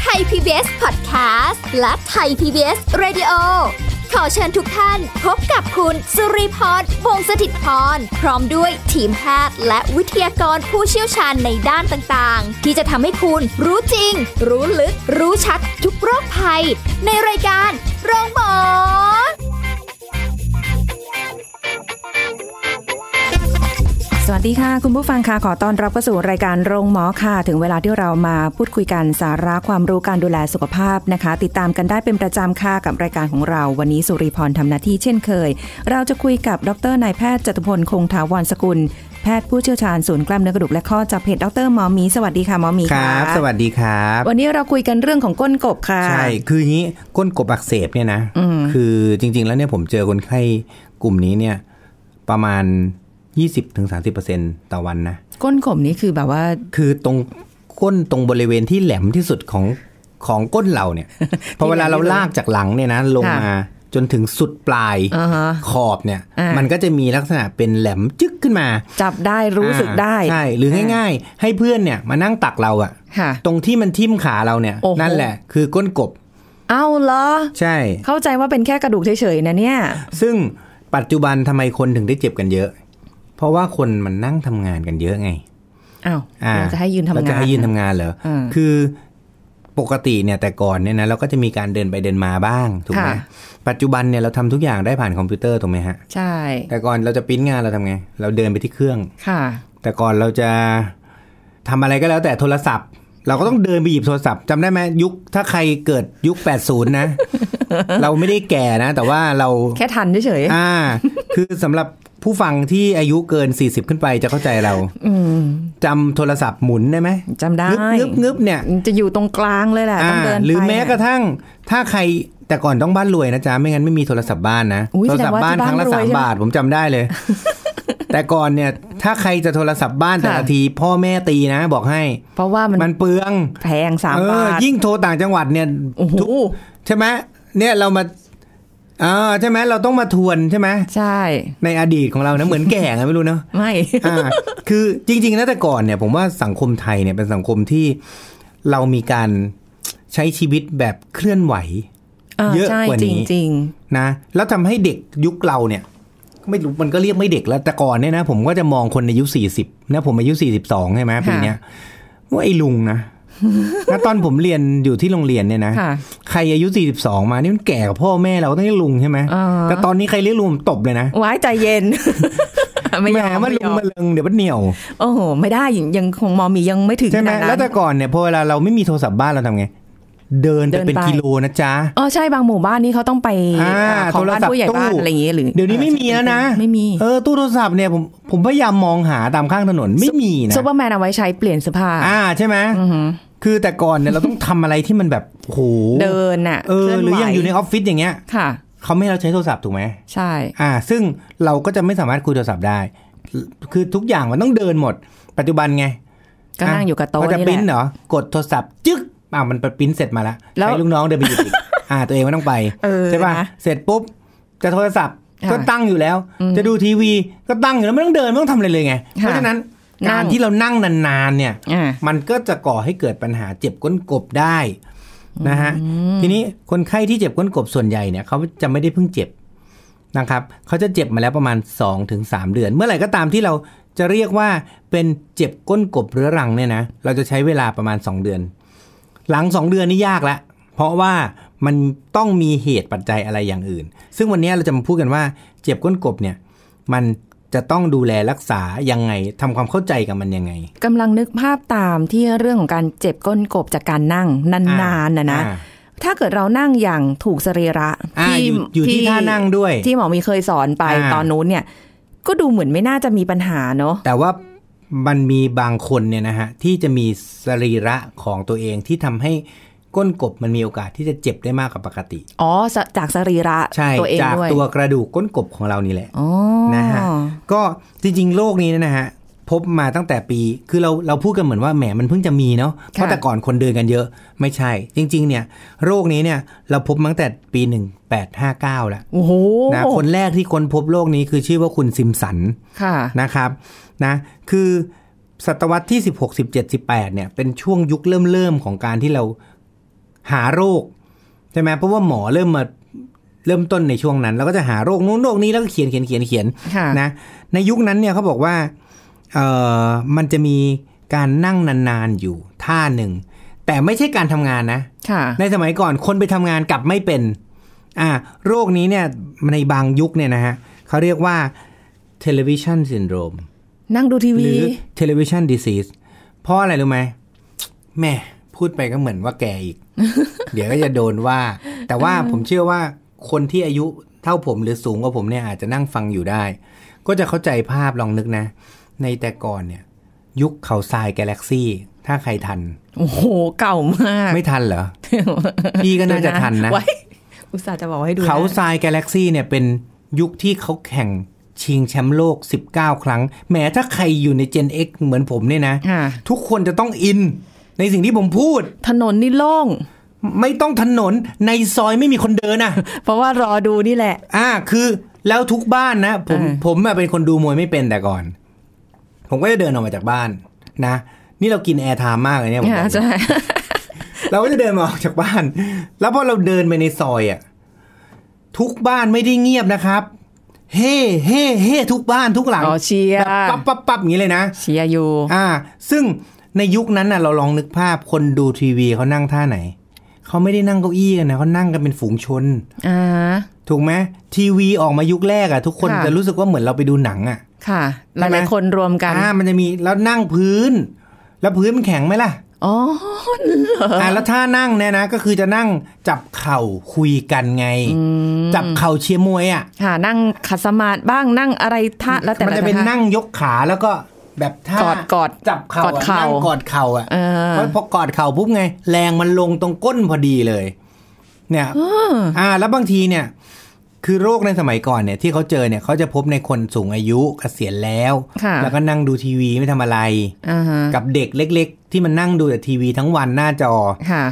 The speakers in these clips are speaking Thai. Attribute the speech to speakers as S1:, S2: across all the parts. S1: ไทย PBS Podcast และไทย PBS Radio ขอเชิญทุกท่านพบกับคุณ สุริพรวงศสถิตพร พร้อมด้วยทีมแพทย์และวิทยากรผู้เชี่ยวชาญในด้านต่างๆ ที่จะทำให้คุณรู้จริง รู้ลึก รู้ชัดทุกโรคภัย ในรายการโรงพยาบาล
S2: สวัสดีค่ะ คุณผู้ฟังค่ะขอต้อนรับเข้าสู่รายการโรงหมอค่ะ ถึงเวลาที่เรามาพูดคุยกันสาระความรู้การดูแลสุขภาพนะคะ ติดตามกันได้เป็นประจำค่ะกับรายการของเรา วันนี้สุริพรทำหน้าที่เช่นเคย เราจะคุยกับดรนายแพทย์จตุพลคงถาวรสกุล แพทย์ผู้เชี่ยวชาญศูนย์กล้ามเนื้อกระดูกและข้อจากเพจดรหมอหมีสวัสดีค่ะหมอหมี
S3: ค
S2: ค่ะ
S3: รับ สวัสดีครับ
S2: วันนี้เราคุยกันเรื่องของก้นกบค่ะ
S3: ใช่ คืออย่างนี้ก้นกบอักเสบเนี่ยนะ คือจริง ๆ แล้วเนี่ยผมเจอคนไข้กลุ่มนี้เนี่ย ประมาณ 20-30%ต่อวันนะ
S2: ก้นกบนี่คือแบบว่า
S3: คือตรงก้นตรงบริเวณที่แหลมที่สุดของของก้นเราเนี่ย พอเวลาเราลากจากหลังเนี่ยนะลง
S2: ค่ะ
S3: มาจนถึงสุดปลาย
S2: อ่าฮะ
S3: ขอบเนี่ย
S2: อ่ามั
S3: มันก็จะมีลักษณะเป็นแหลมจึ๊กขึ้นมา
S2: จับได้รู้สึกได้
S3: อ่าใช่หรือง่าย ๆ ให้เพื่อนเนี่ยมานั่งตักเราอะ
S2: ค่ะ
S3: ตรงที่มันทิ่มขาเราเนี่ย
S2: โอ้โห
S3: นั่นแหละ คือก้นกบ
S2: เอ้าเหรอ
S3: ใช่
S2: เข้าใจว่าเป็นแค่กระดูกเฉยๆนะเนี่ย
S3: ซึ่งปัจจุบันทำไมคนถึงได้เจ็บกันเยอะ เพราะว่าคนมันนั่งทำงานกันเยอะไง
S2: อ้าว
S3: อ่
S2: เราจะให้ยืนทำงาน
S3: เราจะให้ยืนทำงานเหรออ
S2: ม
S3: คือปกติเนี่ยแต่ก่อนเนี่ยนะเราก็จะมีการเดินไปเดินมาบ้างถูกไหม
S2: ค่ะ
S3: ปัจจุบันเนี่ยเราทำทุกอย่างได้ผ่านคอมพิวเตอร์ถูกไหมฮะ
S2: ใช่
S3: แต่ก่อนเราจะปริ้นงานเราทำไง เราเดินไปที่เครื่อง
S2: ค่ะ
S3: แต่ก่อนเราจะทำอะไรก็แล้วแต่โทรศัพท์ เราก็ต้องเดินไปหยิบโทรศัพท์จำได้ไหมยุคถ้าใครเกิดยุค 80 นะ เราไม่ได้แก่นะ แต่ว่าเรา
S2: แค่ทันเฉยๆ
S3: อ่า คือสำหรับผู้ฟังที่อายุเกิน 40 ขึ้นไปจะเข้าใจเราจำโทรศัพท์หมุนได้ไหม
S2: จำได้
S3: งึบงึบงึบเนี่ย
S2: จะอยู่ตรงกลางเลยแหละต้องเดิน
S3: หรือ
S2: ไป
S3: แม้กระทั่ง ถ้าใครแต่ก่อนต้องบ้านรวยนะจ๊ะ ไม่งั้นไม่มีโทรศัพท์บ้านนะ
S2: อุ๊ย
S3: โทร
S2: แด
S3: ศัพ
S2: ว่
S3: ท์บ้าน
S2: ที่
S3: ครั้งละ
S2: วย
S3: สาม
S2: ใช่ไห
S3: บาทผมจำได้ เลย แต่ก่อนเนี่ย ถ้าใครจะโทรศัพท์บ้านแต่ละ
S2: ค่ะ
S3: ที พ่อแม่ตีนะ บอกให้
S2: เพราะว่ามัน
S3: มันเปลือง
S2: แพงสาม
S3: เออบ
S2: าท
S3: ยิ่งโทรต่างจังหวัดเนี่ย
S2: โอ้โห
S3: ทุกใช่ไหมเนี่ยเรามาอ่าใช่ไหมเราต้องมาทวนใช่ไหม
S2: ใช่
S3: ในอดีตของเรานะ เหมือนแก่ไงไม่รู้เนอะ
S2: ไม่
S3: อ่า คือจริงๆนะแต่ก่อนเนี่ยผมว่าสังคมไทยเนี่ยเป็นสังคมที่เรามีการใช้ชีวิตแบบเคลื่อนไหว
S2: า
S3: เยอะ
S2: ใช่
S3: กว่า
S2: จริ
S3: นี้
S2: งจริง
S3: นะแล้วทำให้เด็กยุคเราเนี่ย ไม่รู้มันก็เรียกไม่เด็กแล้วแต่ก่อนเนี่ยนะผมก็จะมองคนอายุสี่สิบนะผมอายุสี่สิบสองใช่ไหมปีเนี้ยว่าไอ้ลุงนะ แล้วตอนผมเรียนอยู่ที่โรงเรียนเนี่ยนะ
S2: ๆค่ะ
S3: ใครอายุ 42 มานี่มันแก่กว่าพ่อแม่เราต้องเรียกลุงใช่ไหม
S2: อ่า
S3: แต่ตอนนี้ใครเรียกลุงผมตบเลยนะ
S2: ไว้ใจเย็น ไม่ยอ
S3: แห
S2: ม
S3: มัน
S2: ไม่
S3: ลุ
S2: ย
S3: ง
S2: อม
S3: มันเลิงเดี๋ยวมันเหนียว
S2: โอ้โหไม่ได้ยังยังคงมอมียังไม่ถึง
S3: ใช่ไหม
S2: ขนาดนั้น
S3: แล้วแต่ก่อนเนี่ยพอเวลาเราไม่มีโทรศัพท์บ้านเราทำไง เดินไป
S2: เดินไป
S3: เป็นกิโลนะจ๊ะ
S2: อ๋อใช่บางหมู่บ้านนี่เขาต้องไป
S3: อ่า
S2: อ่าของบ้าน
S3: โทรศัพท์
S2: ผู้ใหญ่บ้าน
S3: ตู้
S2: อะไรอย่างเงี้ยหรือ
S3: เดี๋ยวนี้ไม่มีแล้วนะ
S2: ไม่มี
S3: เออตู้โทรศัพท์เนี่ยผมผมพยายามมองหาตามข้างถนนไม่มีนะ
S2: ซูเปอร์แมนเอาไว้ใช้เปลี่ยนเสื้อผ้า
S3: อ่าใช่ไหมคือแต่ก่อนเนี่ยเราต้องทำอะไรที่มันแบบโอ้โห
S2: เดินน่ะ
S3: เออ
S2: เคลื่น
S3: ห
S2: ไห
S3: รืออย่าง
S2: ว
S3: อยู่ในออฟฟิศอย่างเงี้ย
S2: ค่ะ
S3: เขาไม่ให้เราใช้โทรศัพท์ถูกไหม
S2: ใช่
S3: อ่า ซึ่งเราก็จะไม่สามารถคุยโทรศัพท์ได้ คือทุกอย่างมันต้องเดินหมด ปัจจุบันไง
S2: ก็นั่งอยู่กับโต๊ะ
S3: เขาจะ
S2: นี่
S3: ปริ้น
S2: แหละ
S3: เหรอ กดโทรศัพท์จึ๊กอ่ามันปริ้นเสร็จมาแล้ว
S2: แล้ว
S3: ใช้ลูกน้องเดินไปหยิ บอีก อ่า ตัวเองไม่ต้องไป
S2: เออ
S3: ใช่ป่ะ
S2: นะ
S3: เสร็จปุ๊บ จะโทรศัพท์
S2: ค่ะ
S3: ก็ตั้งอยู่แล้ว จะดูทีวีก็ตั้งอยู่แล้วไม่ต้องเดินไม่ต้องทำอะไรเลยไง เพราะฉะนั้น
S2: นั่ง
S3: การที่เรานั่งนานๆเนี่ย
S2: อ่า
S3: มันก็จะก่อให้เกิดปัญหาเจ็บก้นกบได้นะฮะทีนี้คนไข้ที่เจ็บก้นกบส่วนใหญ่เนี่ยเขาจะไม่ได้เพิ่งเจ็บนะครับเขาจะเจ็บมาแล้วประมาณ2อถึงสเดือน เมื่อไหร่ก็ตามที่เราจะเรียกว่าเป็นเจ็บก้นกบเรื้อรังเนี่ยนะเราจะใช้เวลาประมาณ 2 เดือน หลัง 2 เดือนนี่ยากละเพราะว่ามันต้องมีเหตุปัจจัยอะไรอย่างอื่น ซึ่งวันนี้เราจะมาพูดกันว่าเจ็บก้นกบเนี่ยมันจะต้องดูแลรักษายังไงทำความเข้าใจกับมันยังไง
S2: กำลังนึกภาพตามที่เรื่องของการเจ็บก้นกบจากการนั่งนานๆนะนะ
S3: อ่า
S2: ถ้าเกิดเรานั่งอย่างถูกสรีระ
S3: อ่าอยู่อยู่ที่ท่านั่งด้วย
S2: ที่หมอมีเคยสอนไป
S3: อ่า
S2: ตอนนู้นเนี่ย ก็ดูเหมือนไม่น่าจะมีปัญหาเนอะ
S3: แต่ว่ามันมีบางคนเนี่ยนะฮะ ที่จะมีสรีระของตัวเองที่ทำให้ก้นกบมันมีโอกาสที่จะเจ็บได้มากกว่าปกติ
S2: อ๋อสจากสรีระ
S3: ใช่
S2: ตัวเอง
S3: จาก
S2: ด้วย
S3: ตัวกระดูกก้นกบของเรานี่แหละ
S2: อ๋อ
S3: นะฮะ ก็จริงๆโรคนี้เนยนะฮะ พบมาตั้งแต่ปี คือเราเราพูดกันเหมือนว่าแหมมันเพิ่งจะมีเนาะเพราะแต่ก่อนคนเดินกันเยอะไม่ใช่ จริง ๆ เนี่ย โรคนี้เนี่ยเราพบมาตั้งแต่ปี 1859แล้ว
S2: โอ้โห
S3: นะคนแรกที่ค้นพบโรคนี้คือชื่อว่าคุณซิมสัน
S2: ค่ะ
S3: นะครับนะคือศตวรรษที่ 16 17 18เนี่ยเป็นช่วงยุคเริ่มเริ่มๆของการที่เราหาโรคใช่ไหมเพราะว่าหมอเริ่มมาเริ่มต้นในช่วงนั้นเราก็จะหาโรคนู้นโรคนี้แล้วก็เขียนเขียนเขียนเขียน
S2: ค่ะ
S3: นะในยุคนั้นเนี่ยเขาบอกว่าเอ่อมันจะมีการนั่งนานๆอยู่ท่าหนึ่ง แต่ไม่ใช่การทำงานนะ
S2: ค่ะ
S3: ในสมัยก่อนคนไปทำงานกลับไม่เป็น อ่า โรคนี้เนี่ยในบางยุคเนี่ยนะฮะเขาเรียกว่า television syndrome
S2: นั่งดูที
S3: ห
S2: วี
S3: รือ television disease เพราะอะไรรู้ไหมแหม่พูดไปก็เหมือนว่าแก่อีก เดี๋ยวก็จะโดนว่า แต่ว่าผมเชื่อว่าคนที่อายุเท่าผมหรือสูงกว่าผมเนี่ยอาจจะนั่งฟังอยู่ได้ ก็จะเข้าใจภาพลองนึกนะ ในแต่ก่อนเนี่ย ยุคเขาทรายกาแล็กซี่ถ้าใครทัน
S2: โอ้โห เก่ามาก
S3: ไม่ทันเหรอ พี่ก็น่าจะทันนะ
S2: ไว้อุตส่าห์จะบอกให้ดูนะ
S3: เขาทรายกาแล็กซี่เนี่ยเป็นยุคที่เขาแข่งชิงแชมป์โลก 19 ครั้ง แม้ถ้าใครอยู่ใน Gen X เหมือนผมเนี่ยนะ
S2: ค่ะ
S3: ทุกคนจะต้องอิน ในสิ่งที่ผมพูด
S2: ถนนนี่โล่ง
S3: ไม่ต้องถนนในซอยไม่มีคนเดินนะ
S2: เพราะว่ารอดูนี่แหละ
S3: อ่าคือแล้วทุกบ้านนะ ผม
S2: อ่า
S3: ผมอะเป็นคนดูมวยไม่เป็นแต่ก่อน ผมก็จะเดินออกมาจากบ้านนะ นี่เรากินแอร์ไทม์มากเลยเนี่ยผมบอก
S2: อ่า
S3: เลย
S2: ใช่
S3: เราก็จะเดินมาออกจากบ้าน แล้วพอเราเดินไปในซอยอ่ะ ทุกบ้านไม่ได้เงียบนะครับ เฮ้เฮ้เฮ้ทุกบ้านทุกหลัง
S2: อ๋อเชียร์
S3: แบบปั๊บปั๊บปั๊บอย่างนี้เลยนะ
S2: เชียร์อยู่
S3: อ่า ซึ่งในยุคนั้นน่ะ เราลองนึกภาพคนดูทีวีเขานั่งท่าไหน เขาไม่ได้นั่งเก้าอี้กันนะเขานั่งกันเป็นฝูงชน
S2: อ่า
S3: ถูกไหมทีวีออกมายุคแรกอะทุกคน
S2: ค่ะ
S3: จะรู้สึกว่าเหมือนเราไปดูหนังอะ
S2: ค่ะ ห
S3: ใช่ไหม
S2: ลายๆคนรวมกัน
S3: อ่า มันจะมีแล้วนั่งพื้น แล้วพื้นมันแข็งไหมล่ะ
S2: อ๋อ
S3: อ่าแล้วถ้านั่งเนี่ยนะ ก็คือจะนั่งจับเข่าคุยกันไง จับเข่าเชียร์มวยอ่ะ
S2: ค่ะ นั่งขัดสมาธิบ้างนั่งอะไรท่าแล้วแต่
S3: มันจะเป็น
S2: ลท่า
S3: นั่งยกขาแล้วก็แบบท่าก
S2: อดกอด
S3: จับเข่าก
S2: อดเข่า
S3: นั่งกอดเข่าอ่ะ
S2: เออ
S3: เพราะพอกอดเข่าปุ๊บไง แรงมันลงตรงก้นพอดีเลย เนี่ยอ่า แล้วบางทีเนี่ย คือโรคในสมัยก่อนเนี่ย ที่เขาเจอเนี่ยเขาจะพบในคนสูงอายุเกษียณแล้ว
S2: ค่ะ
S3: แล้วก็นั่งดูทีวีไม่ทำอะไร
S2: อ่าฮะ
S3: กับเด็กเล็ก ๆ ที่มันนั่งดูแต่ทีวีทั้งวันหน้าจอ
S2: ค่ะ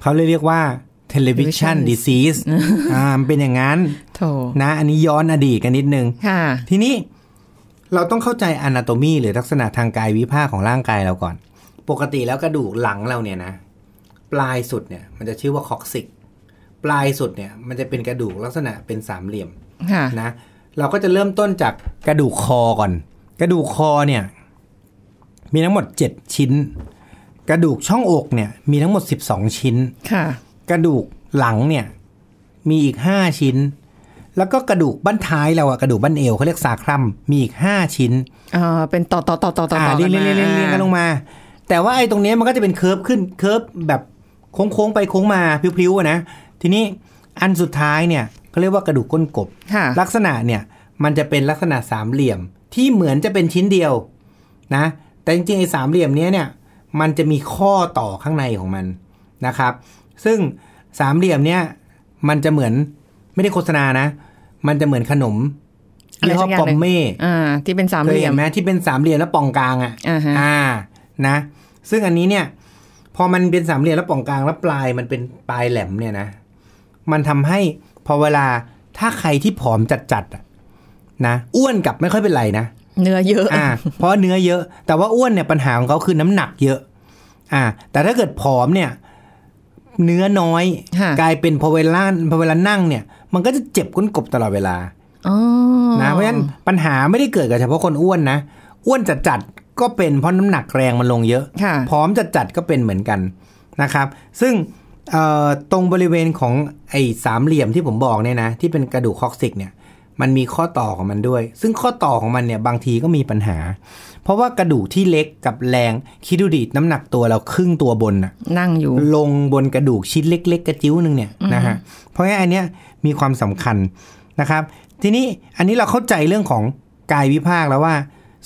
S3: เขาเลยเรียกว่า television disease อ่ามันเป็นอย่างนั้น
S2: โถ
S3: นะ อันนี้ย้อนอดีตกันนิดนึง
S2: ค่ะ
S3: ทีนี้เราต้องเข้าใจ anatomy หรือลักษณะทางกายวิภาคของร่างกายเราก่อน ปกติแล้วกระดูกหลังเราเนี่ยนะ ปลายสุดเนี่ยมันจะชื่อว่าคอกซิก ปลายสุดเนี่ยมันจะเป็นกระดูกลักษณะเป็นสามเหลี่ยม
S2: ค่ะ
S3: นะเราก็จะเริ่มต้นจากกระดูกคอก่อน กระดูกคอเนี่ย มีทั้งหมด 7 ชิ้น กระดูกช่องอกเนี่ย มีทั้งหมด 12 ชิ้น
S2: ค่ะ
S3: กระดูกหลังเนี่ย มีอีก 5 ชิ้น แล้วก็กระดูกบั้นท้ายเราอะกระดูกบั้นเอวเขาเรียกสาครัมมีอีก 5 ชิ้น
S2: เอ่อ เป็นต่อต่อต่อต่อต่อต่อ
S3: เรียงเรียงเรียงเรียงเรียงกันลงมา แต่ว่าไอ้ตรงเนี้ยมันก็จะเป็นเคิร์ฟขึ้นเคิร์ฟแบบโค้งโค้งๆไปโค้งมาพลิ้วๆอะนะทีนี้อันสุดท้ายเนี่ยเขาเรียกว่ากระดูกก้นกบ
S2: ค่ะ
S3: ลักษณะเนี่ยมันจะเป็นลักษณะสามเหลี่ยมที่เหมือนจะเป็นชิ้นเดียวนะ แต่จริงๆไอ้สามเหลี่ยมเนี้ยเนี่ยมันจะมีข้อต่อข้างในของมันนะครับ ซึ่งสามเหลี่ยมเนี่ยมันจะเหมือนไม่ได้โฆษณานะ มันจะเหมือนขนม
S2: อะไร
S3: ยี่ห้
S2: สั
S3: อก
S2: อย่าง
S3: ปอ
S2: หนึ่
S3: ม
S2: ง
S3: เม่
S2: อ่า ที่เป็นสาม
S3: เค
S2: เห
S3: ย
S2: ลี่ย
S3: เห็
S2: ม
S3: นไหมที่เป็นสามเหลี่ยมแล้วป่องกลางอ่ะ
S2: อ่าฮะ
S3: อ่านะ ซึ่งอันนี้เนี่ยพอมันเป็นสามเหลี่ยมแล้วป่องกลางแล้วปลายมันเป็นปลายแหลมเนี่ยนะ มันทำให้พอเวลาถ้าใครที่ผอมจัดๆอะนะอ้วนกลับไม่ค่อยเป็นไรนะ
S2: เนื้อเยอะ
S3: อ่า เพราะเนื้อเยอะ แต่ว่าอ้วนเนี่ยปัญหาของเขาคือน้ำหนักเยอะ อ่า แต่ถ้าเกิดผอมเนี่ย เนื้อน้อย
S2: ค่ะ
S3: กลายเป็นพอเวลาพอเวลานั่งเนี่ย มันก็จะเจ็บก้นกบตลอดเวลา
S2: อ๋อ
S3: นะเพราะฉะนั้นปัญหาไม่ได้เกิดกับเฉพาะคนอ้วนนะ อ้วนจัดจัดๆก็เป็นเพราะน้ำหนักแรงมันลงเยอะ
S2: ค่ะ
S3: ผอมจัดจัดๆก็เป็นเหมือนกันนะครับ ซึ่งเอ่อตรงบริเวณของไอ้สามเหลี่ยมที่ผมบอกเนี่ยนะ ที่เป็นกระดูกคอกซิกเนี่ย มันมีข้อต่อของมันด้วย ซึ่งข้อต่อของมันเนี่ยบางทีก็มีปัญหา เพราะว่ากระดูกที่เล็กกับแรงคิดดูดิน้ำหนักตัวเราครึ่งตัวบนน่ะ
S2: นั่งอยู่
S3: ลงบนกระดูกชิ้นเล็ก ๆ กระจิ้วหนึ่งเนี่ยนะฮะ เพราะงั้นอันเนี้ยมีความสำคัญนะครับ ทีนี้อันนี้เราเข้าใจเรื่องของกายวิภาคแล้วว่า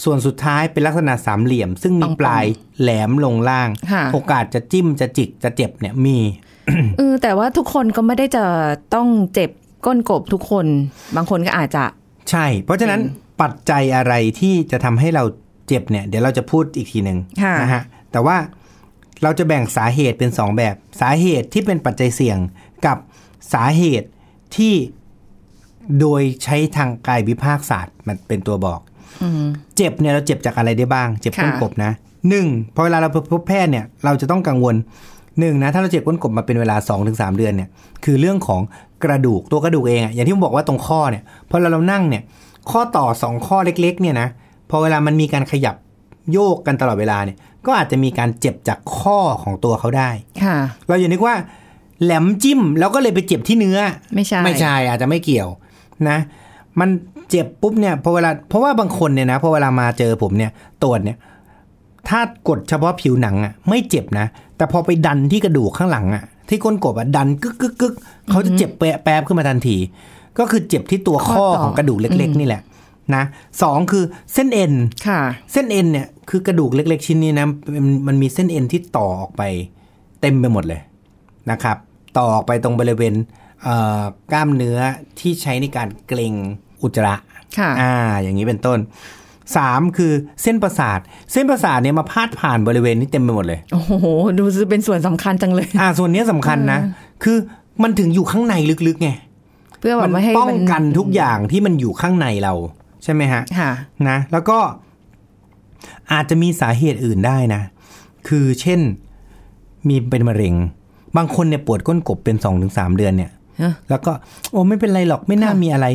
S3: ส่วนสุดท้ายเป็นลักษณะสามเหลี่ยม ซึ่งมีปลายแหลมลงล่าง
S2: ค่ะ
S3: โอกาสจะจิ้มจะจิกจะเจ็บเนี่ยมี
S2: เออแต่ว่าทุกคนก็ไม่ได้จะต้องเจ็บก้นกบทุกคน บางคนก็อาจจะ
S3: ใช่ เพราะฉะนั้นปัจจัยอะไรที่จะทำให้เรา เจ็บเนี่ยเดี๋ยวเราจะพูดอีกทีหนึ่ง
S2: ค่ะ
S3: นะฮะแต่ว่าเราจะแบ่งสาเหตุเป็นสองแบบ สาเหตุที่เป็นปัจจัยเสี่ยงกับสาเหตุที่โดยใช้ทางกายวิภาคศาสตร์มันเป็นตัวบอก
S2: อืม
S3: เจ็บเนี่ยเราเจ็บจากอะไรได้บ้าง เจ็บก้น
S2: ค่ะ
S3: กบนะหนึ่งพอเวลาเราไปพบแพทย์เนี่ยเราจะต้องกังวลหนึ่งนะถ้าเราเจ็บก้นกบมาเป็นเวลา 2-3 เดือนเนี่ยคือเรื่องของกระดูกตัวกระดูกเองอะอย่างที่ผมบอกว่าตรงข้อเนี่ยพอเราเรานั่งเนี่ยข้อต่อ 2 ข้อเล็กๆเนี่ยนะพอเวลามันมีการขยับโยกกันตลอดเวลาเนี่ยก็อาจจะมีการเจ็บจากข้อของตัวเขาได้
S2: ค่ะ
S3: เราอย่านึกว่าแหลมจิ้มแล้วก็เลยไปเจ็บที่เนื้อ
S2: ไม่ใช่
S3: ไม่ใช่อาจจะไม่เกี่ยวนะ มันเจ็บปุ๊บเนี่ยพอเวลาเพราะว่าบางคนเนี่ยนะพอเวลามาเจอผมเนี่ยตรวจเนี่ย ถ้ากดเฉพาะผิวหนังอะ่ะ ไม่เจ็บนะ แต่พอไปดันที่กระดูกข้างหลังอะ่ะ ที่ก้นกบอะ่ะดันกึกกึกกึกเขาจะเจ็บแปะแป๊บขึ้นมาทันที ก็คือเจ็บที่ตัว
S2: ข้
S3: ข้อ
S2: อต่อ
S3: ของกระดูกเล็ก ๆ นี่แหละนะสองคือเส้นเอ็น
S2: ค่ะ
S3: เส้นเอ็นเนี่ยคือกระดูกเล็ก ๆ ชิ้นนี้นะมันมันมีเส้นเอ็นที่ต่อออกไป เต็มไปหมดเลยนะครับ ต่อออกไปตรงบริเวณเอ่อกล้ามเนื้อที่ใช้ในการเกรงอุจจาระ
S2: ค่ะ
S3: อ่า อย่างนี้เป็นต้นสามคือเส้นประสาท เส้นประสาทเนี่ยมาพาดผ่านบริเวณนี้เต็มไปหมดเลย
S2: โอ้โห ดูสิเป็นส่วนสำคัญจังเลย
S3: อ่าส่วนเนี้ยสำคัญนะ คือมันถึงอยู่ข้างในลึกๆไง
S2: เพื่อแบ
S3: มั
S2: บว่าให้
S3: ป้อง
S2: มัน
S3: กันทุกอย่างที่มันอยู่ข้างในเราใช่ไหมฮะ
S2: ค่ะ
S3: นะแล้วก็อาจจะมีสาเหตุอื่นได้นะ คือเช่นมีเป็นมะเร็ง บางคนเนี่ยปวดก้นกบเป็นสองถึงสามเดือนเนี่ย
S2: ฮะ
S3: แล้วก็โอ้ไม่เป็นไรหรอกไม่น่า
S2: ค่ะ
S3: มีอะไร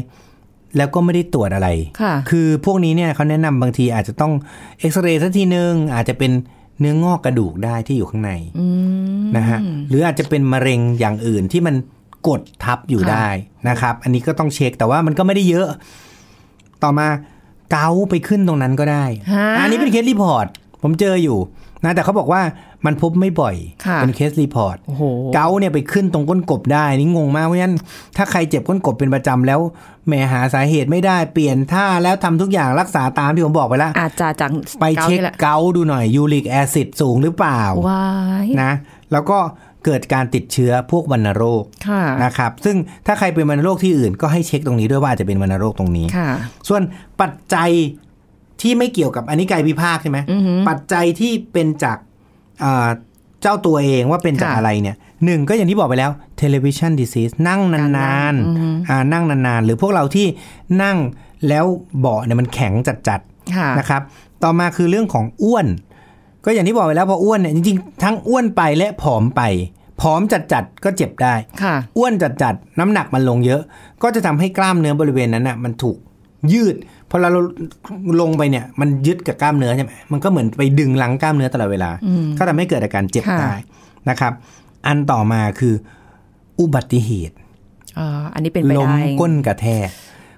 S3: แล้วก็ไม่ได้ตรวจอะไร
S2: ค่ะ
S3: อพวกนี้เนี่ยเขาแนะนำบางทีอาจจะต้องเอ็กซเรย์สักทีนึงอาจจะเป็นเนื้องอกกระดูกได้ที่อยู่ข้างใน
S2: อืม
S3: นะฮะหรืออาจจะเป็นมะเร็งอย่างอื่นที่มันกดทับอยู่
S2: ค่ะ
S3: ได้นะครับ อันนี้ก็ต้องเช็คแต่ว่ามันก็ไม่ได้เยอะ ต่อมาเกาไปขึ้นตรงนั้นก็ได้
S2: ฮะ
S3: อันนี้เป็นเคสรีพอร์ต ผมเจออยู่นะแต่เขาบอกว่ามันพบไม่บ่อย
S2: ค่ะ
S3: เป็นเคสรีพอร์ต
S2: โอ้โห
S3: เกาต์เนี่ยไปขึ้นตรงก้นกบได้ นี่งงมากเพราะฉะนั้นถ้าใครเจ็บก้นกบเป็นประจำแล้วแหมหาสาเหตุไม่ได้เปลี่ยนท่าแล้วทำทุกอย่างรักษาตามที่ผมบอกไปแล้ว
S2: อาจจะจาก
S3: ไปเช็ค
S2: กาต์นี่แหละ
S3: เกาต์ดูหน่อยยูริกแอซิดสูงหรือเปล่า
S2: ว้าย
S3: นะ แล้วก็เกิดการติดเชื้อพวกวัณโรค
S2: ค่ะ
S3: นะครับ ซึ่งถ้าใครเป็นวัณโรคที่อื่นก็ให้เช็คตรงนี้ด้วยว่าอาจจะเป็นวัณโรคตรงนี้
S2: ค่ะ
S3: ส่วนปัจจัยที่ไม่เกี่ยวกับอันนี้กายวิภาคใช่ไหม
S2: อือหือ
S3: ปัจจัยที่เป็นจากเอ่อเจ้าตัวเองว่าเป็นจาก
S2: ค่ะ
S3: อะไรเนี่ยหนึ่งก็อย่างที่บอกไปแล้วเทเลวิชันดิซีสนั่งน
S2: การนั่
S3: าน
S2: งอือหือ
S3: ๆ
S2: อ่
S3: อ่านั่งนานๆ หรือพวกเราที่นั่งแล้วเบาะเนี่ยมันแข็งจัด
S2: ค่ะ
S3: ๆนะครับ ต่อมาคือเรื่องของอ้วน ก็อย่างที่บอกไปแล้วพออ้วนเนี่ยจริงๆทั้งอ้วนไปและผอมไปผอมจัดๆก็เจ็บได้
S2: ค่ะ
S3: อ้วนจัดๆ น้ำหนักมันลงเยอะ ก็จะทำให้กล้ามเนื้อบริเวณนั้นน่ะมันถูกยืดพอเราลงไปเนี่ย มันยึดกับกล้ามเนื้อใช่ไหมมันก็เหมือนไปดึงลังกล้ามเนื้อตลอดเวลา ก็ทำให้เกิดอาการเจ็บ
S2: ค่ะ
S3: ได้นะครับ อันต่อมาคืออุบัติเหตุ
S2: เอ่ออันนี้เป็นไป
S3: ล้ม
S2: ได้
S3: ก้นกระแทก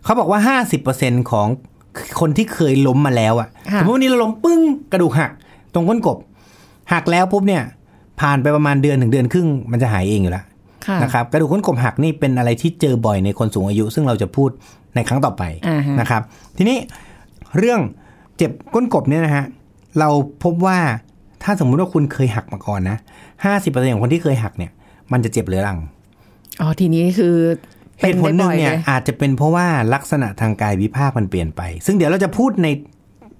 S3: เขาบอกว่า 50%ของคนที่เคยล้มมาแล้วอะ
S2: ค่ะ
S3: สมมติวันนี้เราล้มปึ้งกระดูกหัก ตรงก้นกบ หักแล้วปุ๊บเนี่ย ผ่านไปประมาณเดือนถึงเดือนครึ่งมันจะหายเองอยู่แล้ว
S2: ค่ะ
S3: นะครับกระดูกก้นกบหักนี่เป็นอะไรที่เจอบ่อยในคนสูงอายุ ซึ่งเราจะพูดในครั้งต่อไป
S2: อ่าฮะ
S3: นะครับ ทีนี้เรื่องเจ็บก้นกบเนี่ยนะฮะเราพบว่าถ้าสมมุติว่าคุณเคยหักมาก่อนนะห้าสิบเปอร์เซ็นของคนที่เคยหักเนี่ย มันจะเจ็บเรื้อรัง
S2: อ๋อ ทีนี้คือ
S3: เหตุผลหนึ่งเนี่ย
S2: ป็ได้บ่อล
S3: อาจจะเป็นเพราะว่าลักษณะทางกายวิภาคมันเปลี่ยนไป ซึ่งเดี๋ยวเราจะพูดใน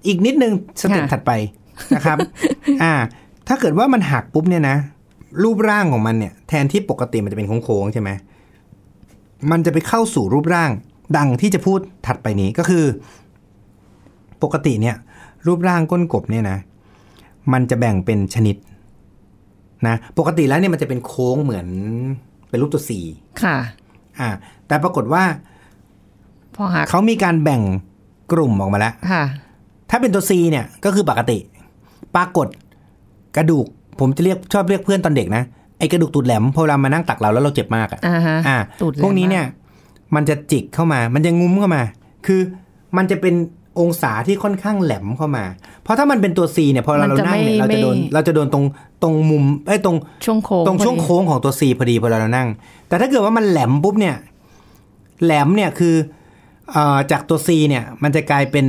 S3: อีกนิดนึงสเต็ป
S2: ค่ะ
S3: ถัดไป นะครับ อ่า ถ้าเกิดว่ามันหักปุ๊บเนี่ยนะ รูปร่างของมันเนี่ย แทนที่ปกติมันจะเป็นโค้งๆใช่ไหม มันจะไปเข้าสู่รูปร่างดังที่จะพูดถัดไปนี้ก็คือ ปกติเนี่ย รูปร่างก้นกบเนี่ยนะ มันจะแบ่งเป็นชนิดนะปกติแล้วเนี่ยมันจะเป็นโค้งเหมือนเป็นรูปตัวสี่
S2: ะค่ะ
S3: อ่า แต่ปรากฏว่า
S2: พอหัก
S3: เขามีการแบ่งกลุ่มออกมาแล้ว
S2: ค่ะ
S3: ถ้าเป็นตัว C เนี่ยก็คือปกติ ปรากฏกระดูก ผมจะเรียกชอบเรียกเพื่อนตอนเด็กนะไอ้กระดูกตูดแหลมพอเรามานั่งตักเราแล้วเราเจ็บมากอะ
S2: อ่าฮะ
S3: อ่ะ
S2: ตูดแหลม
S3: พวกนี้เนี่ย มันจะจิกเข้ามา มันจะงุ้มเข้ามา คือมันจะเป็นองศาที่ค่อนข้างแหลมเข้ามา เพราะถ้ามันเป็นตัว C เนี่ยพอเรา
S2: มันจะ
S3: นั่งเนี่ย
S2: ไม่
S3: เราจะโดน
S2: ไม่
S3: เราจะโดนตรงตรงมุมไอ้ยตรง
S2: ช่วงโค้ง
S3: ตรงช่วง
S2: พอดี
S3: โค้งของตัว C พอดีพอเรานั่ง แต่ถ้าเกิดว่ามันแหลมปุ๊บเนี่ย แหลมเนี่ยคือเออจากตัว C เนี่ย มันจะกลายเป็น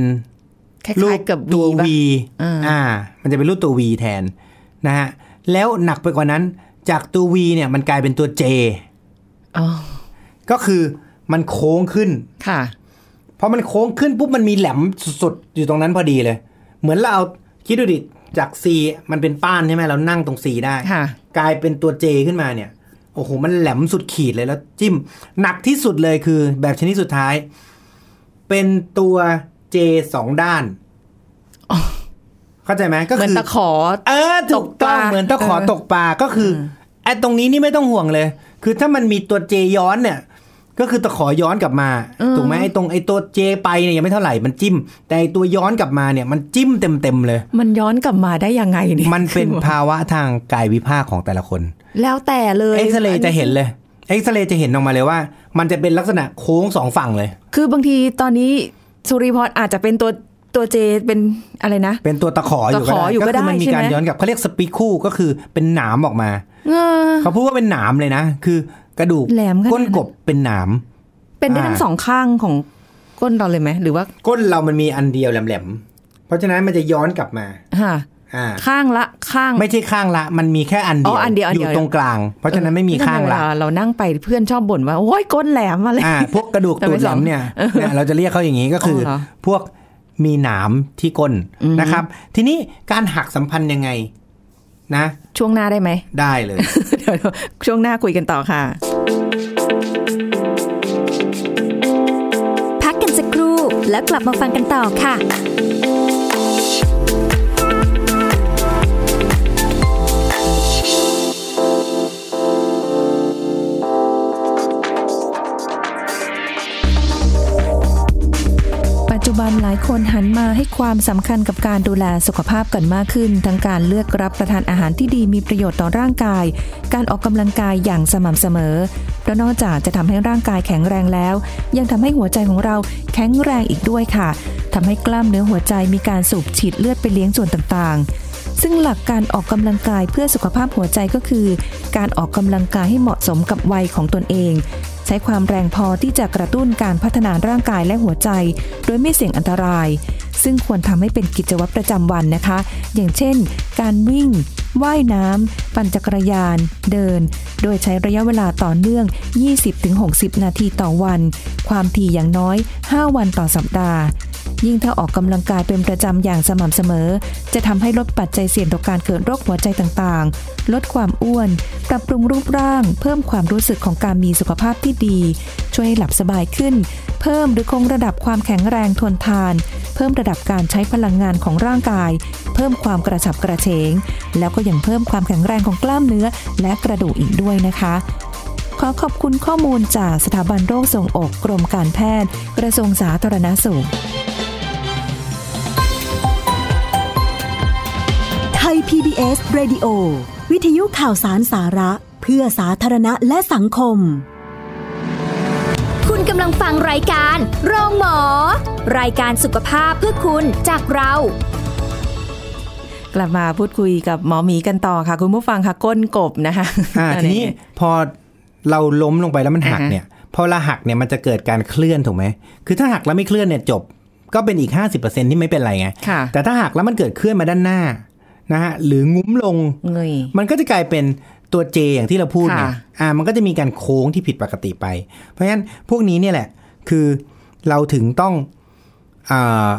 S2: คล้ายๆ
S3: ป
S2: กับ
S3: ตัว
S2: V ปะ
S3: V
S2: อ่า
S3: อ่า มันจะเป็นรูปตัว V แทนนะฮะแล้วหนักไปกว่านั้น จากตัว V เนี่ยมันกลายเป็นตัว J
S2: อ๋อ
S3: ก็คือมันโค้งขึ้น
S2: ค่ะ
S3: พอมันโค้งขึ้นปุ๊บมันมีแหลมสุดๆอยู่ตรงนั้นพอดีเลย เหมือนเราเอาคิดดูดิจาก C มันเป็นป้านใช่ไหมเรานั่งตรง C ได้
S4: ค่ะ
S3: กลายเป็นตัว J ขึ้นมาเนี่ย โอ้โห มันแหลมสุดขีดเลยแล้วจิ้ม หนักที่สุดเลยคือแบบชนิดสุดท้าย เป็นตัว J สองด้าน เข้าใจไหมก็
S4: เหมือน
S3: คือ
S4: ตะขอ
S3: เออถูกต้อง
S4: ตกปลา
S3: เหมือนตะขอ
S4: เออ
S3: ตกปลาก็คืออไอ้ตรงนี้นี่ไม่ต้องห่วงเลย คือถ้ามันมีตัวเจย้อนเนี่ย ก็คือตะขอย้อนกลับมาถูกไหมไอ้ตรงไอ้ตัวเจไปเนี่ยยังไม่เท่าไหร่มันจิ้ม แต่ไอ้ตัวย้อนกลับมาเนี่ย มันจิ้มเต็มเต็มๆเลย
S4: มันย้อนกลับมาได้ยังไงเนี่ย
S3: มันเป็น
S4: คือ
S3: ภาวะทางกายวิภาคของแต่ละคน
S4: แล้วแต่เลย
S3: เอ็กซเรย์จะเห็นเลยเอ็กซเรย์จะเห็นออกมาเลยว่า มันจะเป็นลักษณะโค้งสองฝั่งเลย
S4: คือบางทีตอนนี้สุริพรอาจจะเป็นตัวตัวเจเป็นอะไรนะ
S3: เป็นตัวตะขออยู่
S4: ตะขออยู่ก็
S3: ก็
S4: ได้
S3: ได้ก็คือมันมี
S4: ใช่ไหม
S3: การย้อนกลับเขาเรียกสปีคู่ก็คือเป็นหนามออกมา
S4: เออ
S3: เขาพูดว่าเป็นหนามเลยนะ คือกระดูก
S4: แหลมขนาดนั้น
S3: ก้นกบเป็นหนาม
S4: เป็นได้ทั้ง
S3: อ่า
S4: สองข้างของก้นเราเลยไหมหรือว่า
S3: ก้นเรามันมีอันเดียวแหลมๆ เพราะฉะนั้นมันจะย้อนกลับมา
S4: ค่ะ
S3: อ่า
S4: ข้างละข้าง
S3: ไม่ใช่ข้างละ มันมีแค่อันเดี
S4: อ๋
S3: ว
S4: ออันเดียวอัน
S3: อ
S4: เดียว
S3: ยู่ตรงกลาง เพราะฉะนั้นไม่มีข้าง
S4: เว
S3: ละ
S4: ลาเรานั่งไปเพื่อนชอบบ่นว่า โอ้ยก้นแหลมอะไร
S3: อ่า พวกกระดูกตูดแหลมเนี่ยเนี่ย เราจะเรียกเขาอย่างนี้ก็คืออ
S4: อเหรอ
S3: พวกมีหนามที่ก้นนะครับ ทีนี้การหักสัมพันธ์ยังไงนะ
S4: ช่วงหน้าได้ไหม
S3: ได้เลย
S4: เดี๋ยวช่วงหน้าคุยกันต่อค่ะ
S1: พักกันสักครู่แล้วกลับมาฟังกันต่อค่ะ
S4: ปัจจุบันหลายคนหันมาให้ความสำคัญกับการดูแลสุขภาพกันมากขึ้น ทั้งการเลือกรับประทานอาหารที่ดีมีประโยชน์ต่อร่างกาย การออกกำลังกายอย่างสม่ำเสมอเพราะนอกจากจะทำให้ร่างกายแข็งแรงแล้ว ยังทำให้หัวใจของเราแข็งแรงอีกด้วยค่ะทำให้กล้ามเนื้อหัวใจมีการสูบฉีดเลือดไปเลี้ยงส่วนต่างๆ ซึ่งหลักการออกกำลังกายเพื่อสุขภาพหัวใจก็คือ การออกกำลังกายให้เหมาะสมกับวัยของตนเอง ใช้ความแรงพอที่จะกระตุ้นการพัฒนาร่างกายและหัวใจ โดยไม่เสี่ยงอันตราย ซึ่งควรทำให้เป็นกิจวัตรประจำวันนะคะ อย่างเช่น การวิ่ง ว่ายน้ำปั่นจักรยาน เดิน โดยใช้ระยะเวลาต่อเนื่อง 20-60 นาทีต่อวัน ความถี่อย่างน้อย 5 วันต่อสัปดาห์ ยิ่งถ้าออกกำลังกายเป็นประจำอย่างสม่ำเสมอ จะทำให้ลดปัจจัยเสี่ยงต่อการเกิดโรคหัวใจต่างๆ ลดความอ้วน ปรับปรุงรูปร่าง เพิ่มความรู้สึกของการมีสุขภาพที่ดี ช่วยให้หลับสบายขึ้น เพิ่มหรือคงระดับความแข็งแรงทนทาน เพิ่มระดับการใช้พลังงานของร่างกาย เพิ่มความกระฉับกระเฉง แล้วก็ยังเพิ่มความแข็งแรงของกล้ามเนื้อ และกระดูกอีกด้วยนะคะ ขอขอบคุณข้อมูลจากสถาบันโรคทรงอกกรมการแพทย์ กระทรวงสาธารณสุข
S5: ไทย PBS Radio วิทยุข่าวสารสาระ เพื่อสาธารณะและสังคม
S1: คุณกำลังฟังรายการโรงหมอ รายการสุขภาพเพื่อคุณจากเรา
S4: กลับมาพูดคุยกับหมอหมีกันต่อค่ะ คุณผู้ฟังค่ะก้นกบนะคะ
S3: อ่า ทีนี้พอเราล้มลงไปแล้วมันหัก
S4: อ่าฮะ
S3: เนี่ย พอเราหักเนี่ยมันจะเกิดการเคลื่อนถูกไหม คือถ้าหักแล้วไม่เคลื่อนเนี่ยจบ ก็เป็นอีก 50%ที่ไม่เป็นไรไง
S4: ค่ะ
S3: แต่ถ้าหากแล้วมันเกิดเคลื่อนมาด้านหน้านะฮะหรืองุ้มลง
S4: เงย
S3: มันก็จะกลายเป็นตัวเจอย่างที่เราพูดไง
S4: ค่ะ
S3: อ่า มันก็จะมีการโค้งที่ผิดปกติไป เพราะฉะนั้นพวกนี้เนี่ยแหละ คือเราถึงต้องอ่า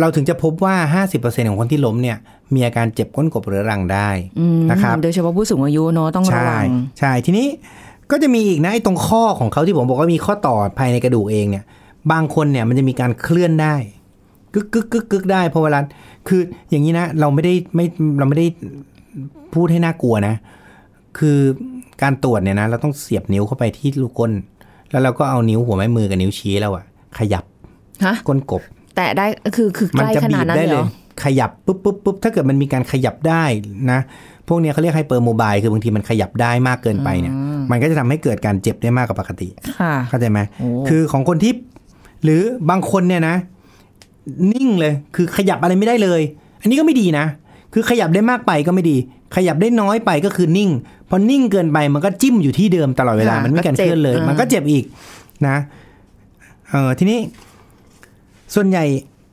S3: เราถึงจะพบว่า 50%ของคนที่ล้มเนี่ย มีอาการเจ็บก้นกบเรื้อรังได้นะครับ
S4: โดยเฉพาะผู้สูงอายุเนาะต้องระวัง
S3: ใช่ ทีนี้ก็จะมีอีกนะไอ้ตรงข้อของเขาที่ผมบอกว่ามีข้อต่อภายในกระดูกเองเนี่ย บางคนเนี่ยมันจะมีการเคลื่อนได้กึกกึกกึกกึกได้เพราะเวลาคืออย่างนี้นะ เราไม่ได้ไม่เราไม่ได้พูดให้น่ากลัวนะ คือการตรวจเนี่ยนะ เราต้องเสียบนิ้วเข้าไปที่ลูกก้น แล้วเราก็เอานิ้วหัวแม่มือกับนิ้วชี้เราอะขยับ
S4: ฮะ
S3: ก้นกบ
S4: แต่ได้คือคือ
S3: มั
S4: ใกล้
S3: จะ
S4: ข
S3: บี
S4: นาด
S3: บ
S4: นั้น
S3: ได้
S4: เลย
S3: เล
S4: เห
S3: ย
S4: รอ
S3: ขยับปุ๊บปุ๊บปุ๊บถ้าเกิดมันมีการขยับได้นะ พวกเนี้ยเขาเรียกไฮเปอร์โมบายคือบางทีมันขยับได้มากเกินไปเนี่ย มันก็จะทำให้เกิดการเจ็บได้มากกว่าปกติ
S4: ค่ะ
S3: เข้าใจไหม
S4: โอ้
S3: คือของคนที่ หรือบางคนเนี่ยนะ นิ่งเลย คือขยับอะไรไม่ได้เลย อันนี้ก็ไม่ดีนะ คือขยับได้มากไปก็ไม่ดี ขยับได้น้อยไปก็คือนิ่ง พอนิ่งเกินไปมันก็จิ้มอยู่ที่เดิมตลอดเวลา
S4: ค่ะ
S3: มันไม่มีการ
S4: ก็เจ็
S3: เค
S4: บ
S3: ลื่อนเลย
S4: อ่ามั
S3: มันก็เจ็บอีกนะ เออทีนี้ ส่วนใหญ่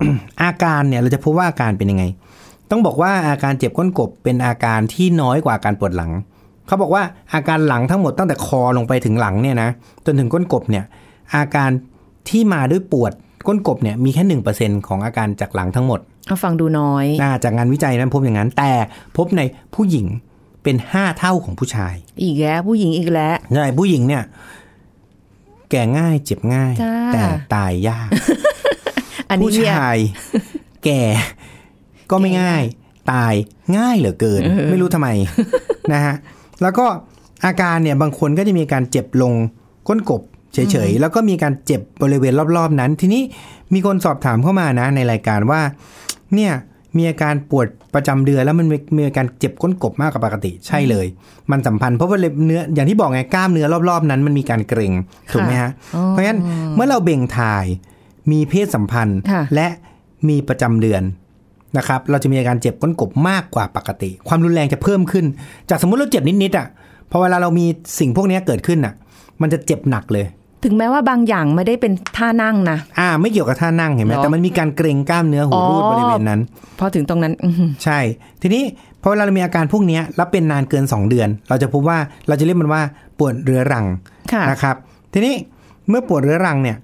S3: อาการเนี่ย เราจะพบว่าอาการเป็นยังไง ต้องบอกว่าอาการเจ็บก้นกบเป็นอาการที่น้อยกว่าอาการปวดหลัง เขาบอกว่าอาการหลังทั้งหมดตั้งแต่คอลงไปถึงหลังเนี่ยนะจนถึงก้นกบเนี่ย อาการที่มาด้วยปวด ก้นกบเนี่ยมีแค่หนึ่งเปอร์เซ็นของอาการจากหลังทั้งหมด
S2: เอาฟังดูน้อย
S3: น่าจากงานวิจัยนั้นพบอย่างนั้น แต่พบในผู้หญิงเป็นห้าเท่าของผู้ชาย
S2: อีกแล้วผู้หญิงอีกแล้ว
S3: ใช่ผู้หญิงเนี่ย แก่ง่ายเจ็บง่าย
S2: จ้า
S3: แต่ตายยาก
S2: อันนี้
S3: ผู้
S2: เนี่ย
S3: ชาย แก่ก็ไม่ง่าย ตายง่ายเหลือเกิน ไม่รู้ทำไม นะฮะแล้วก็อาการเนี่ยบางคนก็จะมีการเจ็บลงก้นกบเฉยๆ แล้วก็มีการเจ็บบริเวณรอบๆนั้น ทีนี้มีคนสอบถามเข้ามานะ ในรายการว่า เนี่ยมีอาการปวดประจำเดือนแล้วมันมีมีอาการเจ็บก้นกบมากกว่าปกติ ใช่เลย มันสัมพันธ์เพราะว่าเนื้ออย่างที่บอกไงกล้ามเนื้อรอบๆ นั้นมันมีการเกร็งถูกไหมฮะ
S2: อ๋อ
S3: เพราะฉะนั้นเมื่อเราเบ่งถ่าย มีเพศสัมพันธ์
S2: ค่ะ
S3: และมีประจำเดือนนะครับ เราจะมีอาการเจ็บก้นกบมากกว่าปกติ ความรุนแรงจะเพิ่มขึ้น จากสมมุติเราเจ็บนิดๆอ่ะพอเวลาเรามีสิ่งพวกเนี้ยเกิดขึ้นอ่ะ มันจะเจ็บหนักเลย
S2: ถึงแม้ว่าบางอย่างไม่ได้เป็นท่านั่งนะ
S3: อ่า ไม่เกี่ยวกับท่านั่งเห็นไหม
S2: หรอ
S3: แต่มันมีการเกร็งกล้ามเนื้อหูรูด
S2: อ๋อ
S3: บริเวณนั้น
S2: พอถึงตรงนั้น อื้อหือ
S3: ใช่ ทีนี้พอเวลาเรามีอาการพวกเนี้ยแล้วเป็นนานเกิน 2 เดือน เราจะพบว่าเราจะเรียกมันว่าปวดเรื้อรัง
S2: ค่ะ
S3: นะครับ ทีนี้เมื่อปวดเรื้อรังเนี่ย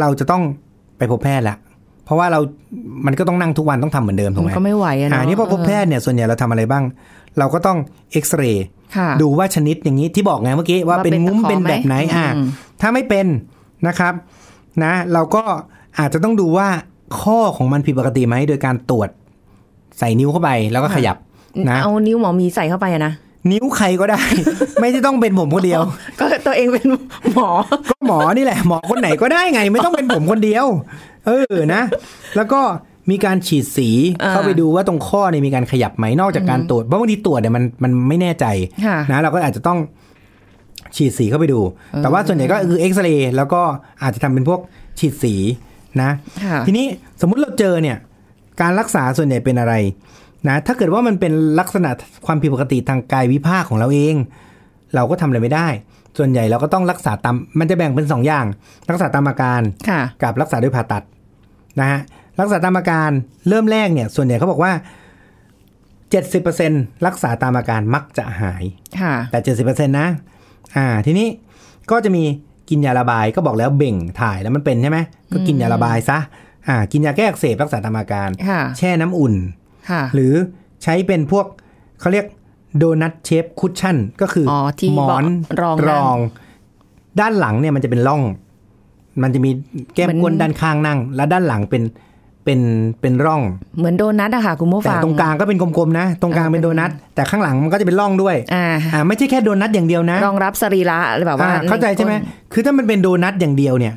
S3: เราจะต้องไปพบแพทย์ละ เพราะว่าเรา มันก็ต้องนั่งทุกวันต้องทำเหมือนเดิมถูกไห
S2: มั
S3: ม
S2: นก็ไม่ไหวอะ
S3: อ่า
S2: เนาะ
S3: นี่พอพบแพทย์เนี่ยส่วนใหญ่เราทำอะไรบ้าง เราก็ต้องเอ็กซเรย์
S2: ค่ะ
S3: ดูว่าชนิดอย่างนี้ที่บอกไงเมื่อกี้ว่า
S2: ว่า
S3: เป็น
S2: เป็น
S3: งุ้ม
S2: ตะขอ
S3: เป็นแบบไหน
S2: ไหม
S3: อ่ะ
S2: อืม
S3: ถ้าไม่เป็นนะครับนะ เราก็อาจจะต้องดูว่าข้อของมันผิดปกติไหมโดยการตรวจใส่นิ้วเข้าไปแล้วก็ขยับนะ
S2: เอานิ้วหมอมีใส่เข้าไปอะนะ
S3: นิ้วใครก็ได้ ไม่ได้ต้องเป็นผมคนเดียว
S2: ก็ตัวเองเป็นหมอ
S3: ก็หมอนี่แหละ หมอคนไหนก็ได้ไง ไม่ต้องเป็นผมคนเดียว เออนะ แล้วก็มีการฉีดสี
S2: อ่า
S3: เข้าไปดูว่าตรงข้อเนี่ยมีการขยับไหมนอกจากการตรวจเพราะบางทีตรวจเนี่ยมันมันไม่แน่ใจ
S2: ค่ะ
S3: นะ เราก็อาจจะต้องฉีดสีเข้าไปดู แต่ว่าส่วนใหญ่ก็คือเอ็กซเรย์แล้วก็อาจจะทำเป็นพวกฉีดสีนะ
S2: ค่ะ
S3: ทีนี้สมมุติเราเจอเนี่ย การรักษาส่วนใหญ่เป็นอะไรนะถ้าเกิดว่ามันเป็นลักษณะความผิดปกติทางกายวิภาคของเราเอง เราก็ทำอะไรไม่ได้ ส่วนใหญ่เราก็ต้องรักษาตาม มันจะแบ่งเป็นสองอย่าง รักษาตามอาการ
S2: ค่ะ
S3: กับรักษาด้วยผ่าตัดนะฮะ รักษาตามอาการเริ่มแรกเนี่ย ส่วนใหญ่เขาบอกว่า 70%รักษาตามอาการมักจะหาย
S2: ค่ะ
S3: แต่ 70%นะ อ่า ทีนี้ก็จะมีกินยาระบายก็บอกแล้วเบ่งถ่ายแล้วมันเป็นใช่ไหม ก็กินยาระบายซะ อ่า กินยาแก้อักเสบรักษาตามอาการ
S2: ค่ะ
S3: แช่น้ำอุ่น
S2: ค่ะ
S3: หรือใช้เป็นพวกเขาเรียกโดนัทเชฟคุชชั่นก็คืออ
S2: อที่
S3: หมอน
S2: รองนั่ง
S3: รอง ด้านหลังเนี่ยมันจะเป็นร่อง มันจะมีแก้ม
S2: เหมือน
S3: ก้นด้านข้างนั่ง และด้านหลังเป็นเป็นเป็นร่อง
S2: เหมือนโดนัทอะค่ะ คุณผู้
S3: แต่
S2: ฟัง
S3: ตรงกลางก็เป็นกลมๆนะ ตรงกลาง
S2: อ่า
S3: เป็น
S2: เป็
S3: โด
S2: น
S3: นัทแต่ข้างหลังมันก็จะเป็นร่องด้วย
S2: อ่า
S3: อ่าไม่ใช่แค่โดนัทอย่างเดียวนะ
S2: รองรับสรีระอะไรแบบว่า
S3: อ่าเข้าใจใช่ไหม
S2: ก้
S3: คือถ้ามันเป็นโดนัทอย่างเดียวเนี่ย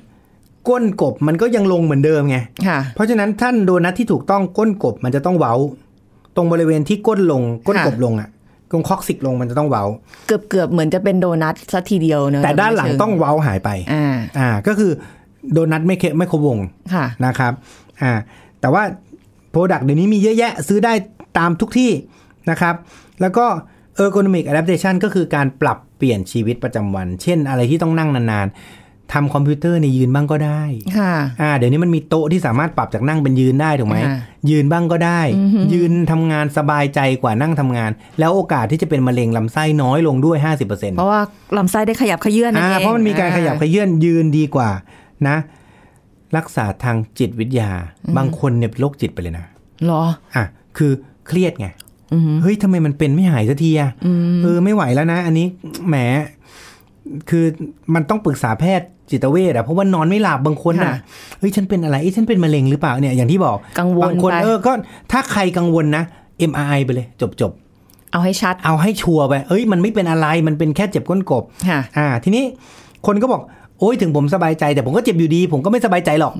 S3: ก้นกบมันก็ยังลงเหมือนเดิมไง
S2: นค่ะ
S3: เพราะฉะนั้นท่านโดนัทที่ถูกต้องก้นกบมันจะต้องเว้า ตรงบริเวณที่ก้นลงก้นกบลงอ่ะตรงคอกซิกลงมันจะต้องเว้า
S2: เกือบเกือบเหมือนจะเป็นโดนัทสัทีเดียวเนอะ
S3: แต่ด้านหลัง
S2: ไม่เชิ
S3: ต้องเว้าหายไป
S2: อ่า
S3: อ่าก็คือโดนัทไม่เคไม่ครบวง
S2: ค่ะ
S3: นะครับอ่าแต่ว่าโปรดักต์เดี๋ยวนี้มีเยอะแยะซื้อได้ตามทุกที่นะครับ แล้วก็ ergonomic adaptation ก็คือการปรับเปลี่ยนชีวิตประจำวัน เช่นอะไรที่ต้องนั่งนานๆทำคอมพิวเตอร์ในยืนบ้างก็ได้
S2: ค่ะ
S3: อ่าเดี๋ยวนี้มันมีโต๊ะที่สามารถปรับจากนั่งเป็นยืนได้ถูกไหม
S2: อ่า
S3: ยืนบ้างก็ได้ ยืนทำงานสบายใจกว่านั่งทำงาน แล้วโอกาสที่จะเป็นมะเร็งลำไส้น้อยลงด้วย 50%
S2: เพราะว่าลำไส้ได้ขยับขยื่นนั่น
S3: อ่า
S2: เอง
S3: เพราะมันมีการขยับขยื่นยืนดีกว่านะ รักษาทางจิตวิทยา บางคนเนี่ยเป็นโรคจิตไปเลยนะ
S2: เหรอ
S3: อ่ะคือเครียดไง
S2: อืม
S3: เฮ้ยทำไมมันเป็นไม่หายสักทีอะเออไม่ไหวแล้วนะ อันนี้แหมคือมันต้องปรึกษาแพทย์จิตเวชอะเพราะว่านอนไม่หลับบางคนอะ
S2: ค่ะ
S3: เฮ้ยฉันเป็นอะไรเอ้ยฉันเป็นมะเร็งหรือเปล่าเนี่ยอย่างที่บอก
S2: กังวล
S3: บางคน
S2: ไป
S3: เออก็ถ้าใครกังวลนะ MRI ไปเลยจบจบ
S2: เอาให้ชัด
S3: ๆเอาให้ชัวร์ไปเอ้ยมันไม่เป็นอะไรมันเป็นแค่เจ็บก้นกบ
S2: ค่ะ
S3: อ่า ทีนี้คนก็บอก โอ้ยถึงผมสบายใจ แต่ผมก็เจ็บอยู่ดี ผมก็ไม่สบายใจหรอก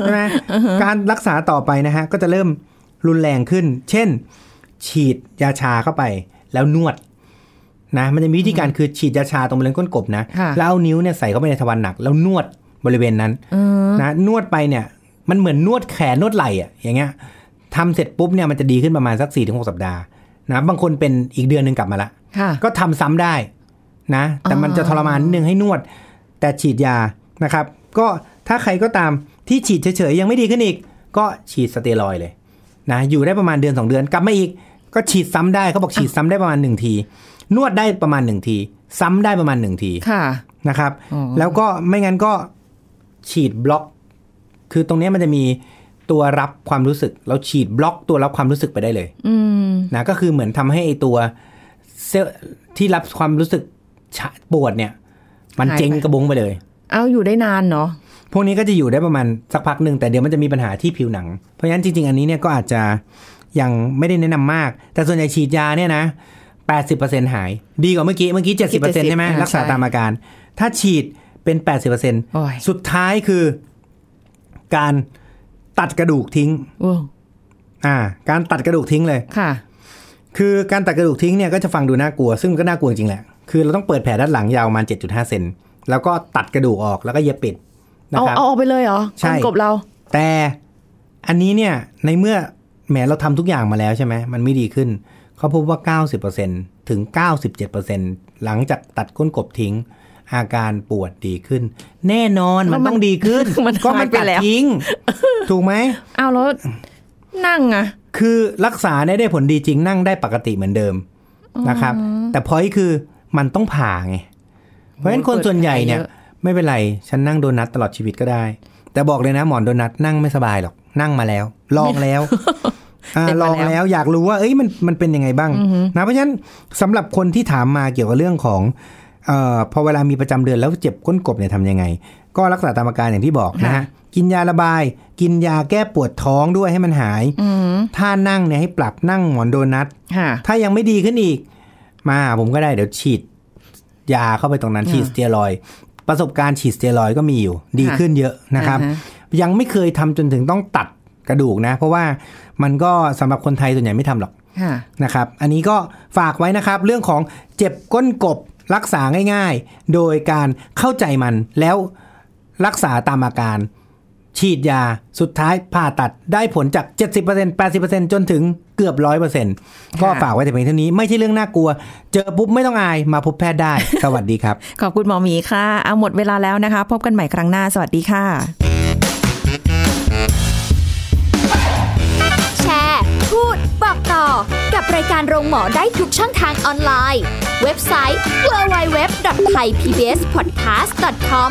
S3: ใช่ไหมการรักษาต่อไปนะฮะ ก็จะเริ่มรุนแรงขึ้น เช่น ฉีดยาชาเข้าไป แล้วนวดนะมันจะมีวิธีการคือฉีดยาชาตรงบริเวณก้นกบนะ
S2: ค่ะ
S3: แล้วเอานิ้วเนี่ยใส่เข้าไปในทวารหนัก แล้วนวดบริเวณนั้น
S2: เออ
S3: นะนวดไปเนี่ยมันเหมือนนวดแขนนวดไหล่อะอย่างเงี้ยทำเสร็จปุ๊บเนี่ยมันจะดีขึ้นประมาณสักสี่ถึงหกสัปดาห์นะบางคนเป็นอีกเดือนหนึ่งกลับมาละ
S2: ค่ะ
S3: ก็ทำซ้ำได้นะ แต่มันจะทรมานนิดนึงให้นวด แต่ฉีดยานะครับ ก็ถ้าใครก็ตามที่ฉีดเฉยๆ ยังไม่ดีขึ้นอีก ก็ฉีดสเตียรอยด์เลยนะอยู่ได้ประมาณเดือน 2 เดือนกลับมาอีก ก็ฉีดซ้ำได้เขาบอกฉีดซ้ำได้ประมาณหนึ่งที นวดได้ประมาณหนึ่งที ซ้ำได้ประมาณหนึ่งที
S2: ค่ะ
S3: นะครับ
S2: อ๋อ
S3: แล้วก็ไม่งั้นก็ฉีดบล็อก คือตรงเนี้ยมันจะมีตัวรับความรู้สึก เราฉีดบล็อกตัวรับความรู้สึกไปได้เลย
S2: อืม
S3: นะก็คือเหมือนทำให้ไอตัวเซลล์ที่รับความรู้สึกฉะปวดเนี่ย มัน
S2: หายไป
S3: เจ๊งกระบงไปเลย
S2: เอาอยู่ได้นานเนาะ
S3: พวกนี้ก็จะอยู่ได้ประมาณสักพักหนึ่งแต่เดี๋ยวมันจะมีปัญหาที่ผิวหนัง เพราะฉะนั้นจริง ๆ อันนี้เนี่ยก็อาจจะยังไม่ได้แนะนำมาก แต่ส่วนใหญ่ฉีดยาเนี่ยนะ 80%หาย ดีกว่าเมื่อกี้ เมื่อกี้ 70%ใช่ไหมรักษาตามอาการ ถ้าฉีดเป็น
S2: โอ้ย
S3: 80%สุดท้ายคือการตัดกระดูกทิ้ง
S2: โอ้
S3: อ่าการตัดกระดูกทิ้งเลย
S2: ค่ะ
S3: คือการตัดกระดูกทิ้งเนี่ยก็จะฟังดูน่ากลัว ซึ่งมันก็น่ากลัวจริงแหละ คือเราต้องเปิดแผลด้านหลังยาวประมาณ7.5เซนแล้วก็ตัดกระดูกออกแล้วก็เย็บปิดนะ
S2: เอา
S3: ครับ
S2: เอาออกไปเลยเหรอ
S3: ใช่
S2: คนกบเรา
S3: แต่อันนี้เนี่ยในเมื่อแหมเราทำทุกอย่างมาแล้วใช่ไหมมันไม่ดีขึ้น เขาพบว่า 90%ถึง 97%หลังจากตัดก้นกบทิ้ง อาการปวดดีขึ้น แน่นอนมัน
S2: แล้วมัน
S3: ต้องดีขึ้น
S2: มัน
S3: ก็
S2: หาย
S3: มัน
S2: ไป
S3: ตัด
S2: แล้ว
S3: ทิ้ง ถูกไหม
S2: เอาแล้วนั่งอะ
S3: คือรักษาเนี่ยได้ผลดีจริงนั่งได้ปกติเหมือนเดิมนะครับ แต่พอยคือมันต้องผ่าไง เพราะฉะนั้น
S2: โอ้ย
S3: คน
S2: เปิด
S3: ส่วนใหญ่เนี่ย
S2: แผลเยอ
S3: ไม่เป็นไร ฉันนั่งโดนัทตลอดชีวิตก็ได้ แต่บอกเลยนะหมอนโดนัทนั่งไม่สบายหรอก นั่งมาแล้ว ลองแล้วอ่า
S2: เป็น
S3: ล
S2: มาแล้ว
S3: องแล้วอยากรู้ว่า เอ้ยมันมันเป็นยังไงบ้างนะเพราะฉะนั้นสำหรับคนที่ถามมาเกี่ยวกับเรื่องของเอ่อพอเวลามีประจำเดือนแล้วเจ็บก้นกบเนี่ยทำยังไง ก็รักษาตามอาการอย่างที่บอกนะฮะกินยาระบาย กินยาแก้ปวดท้องด้วยให้มันหาย
S2: อืม
S3: ถ้านั่งเนี่ยให้ปรับนั่งหมอนโดนัท
S2: ค่ะ
S3: ถ้ายังไม่ดีขึ้นอีก มาหาผมก็ได้เดี๋ยวฉีด ยาเข้าไปตรงนั้นฉีดสเตียรอยด์ประสบการณ์ฉีดสเตียรอยด์ก็มีอยู่ ดีขึ้นเยอะนะครับ
S2: อ่าฮะ
S3: ยังไม่เคยทำจนถึงต้องตัดกระดูกนะ เพราะว่ามันก็สำหรับคนไทยส่วนใหญ่ไม่ทำหรอก
S2: ค่ะ
S3: นะครับ อันนี้ก็ฝากไว้นะครับ เรื่องของเจ็บก้นกบรักษาง่ายๆ โดยการเข้าใจมันแล้วรักษาตามอาการ ฉีดยาสุดท้ายผ่าตัดได้ผลจาก 70% 80%จนถึงเกือบ 100%ก็
S2: ค่ะ
S3: ฝากไว้แต่เพียงเท่านี้ไม่ใช่เรื่องน่ากลัว เจอปุ๊บไม่ต้องอายมาพบแพทย์ได้ สวัสดีครับ
S2: ขอบคุณหมอหมีค่ะ เอาหมดเวลาแล้วนะคะ พบกันใหม่ครั้งหน้า สวัสดีค่ะ
S1: แชร์ พูด บอกต่อกับรายการโรงหมอได้ทุกช่องทางออนไลน์ เว็บไซต์ www.thaipbspodcast.com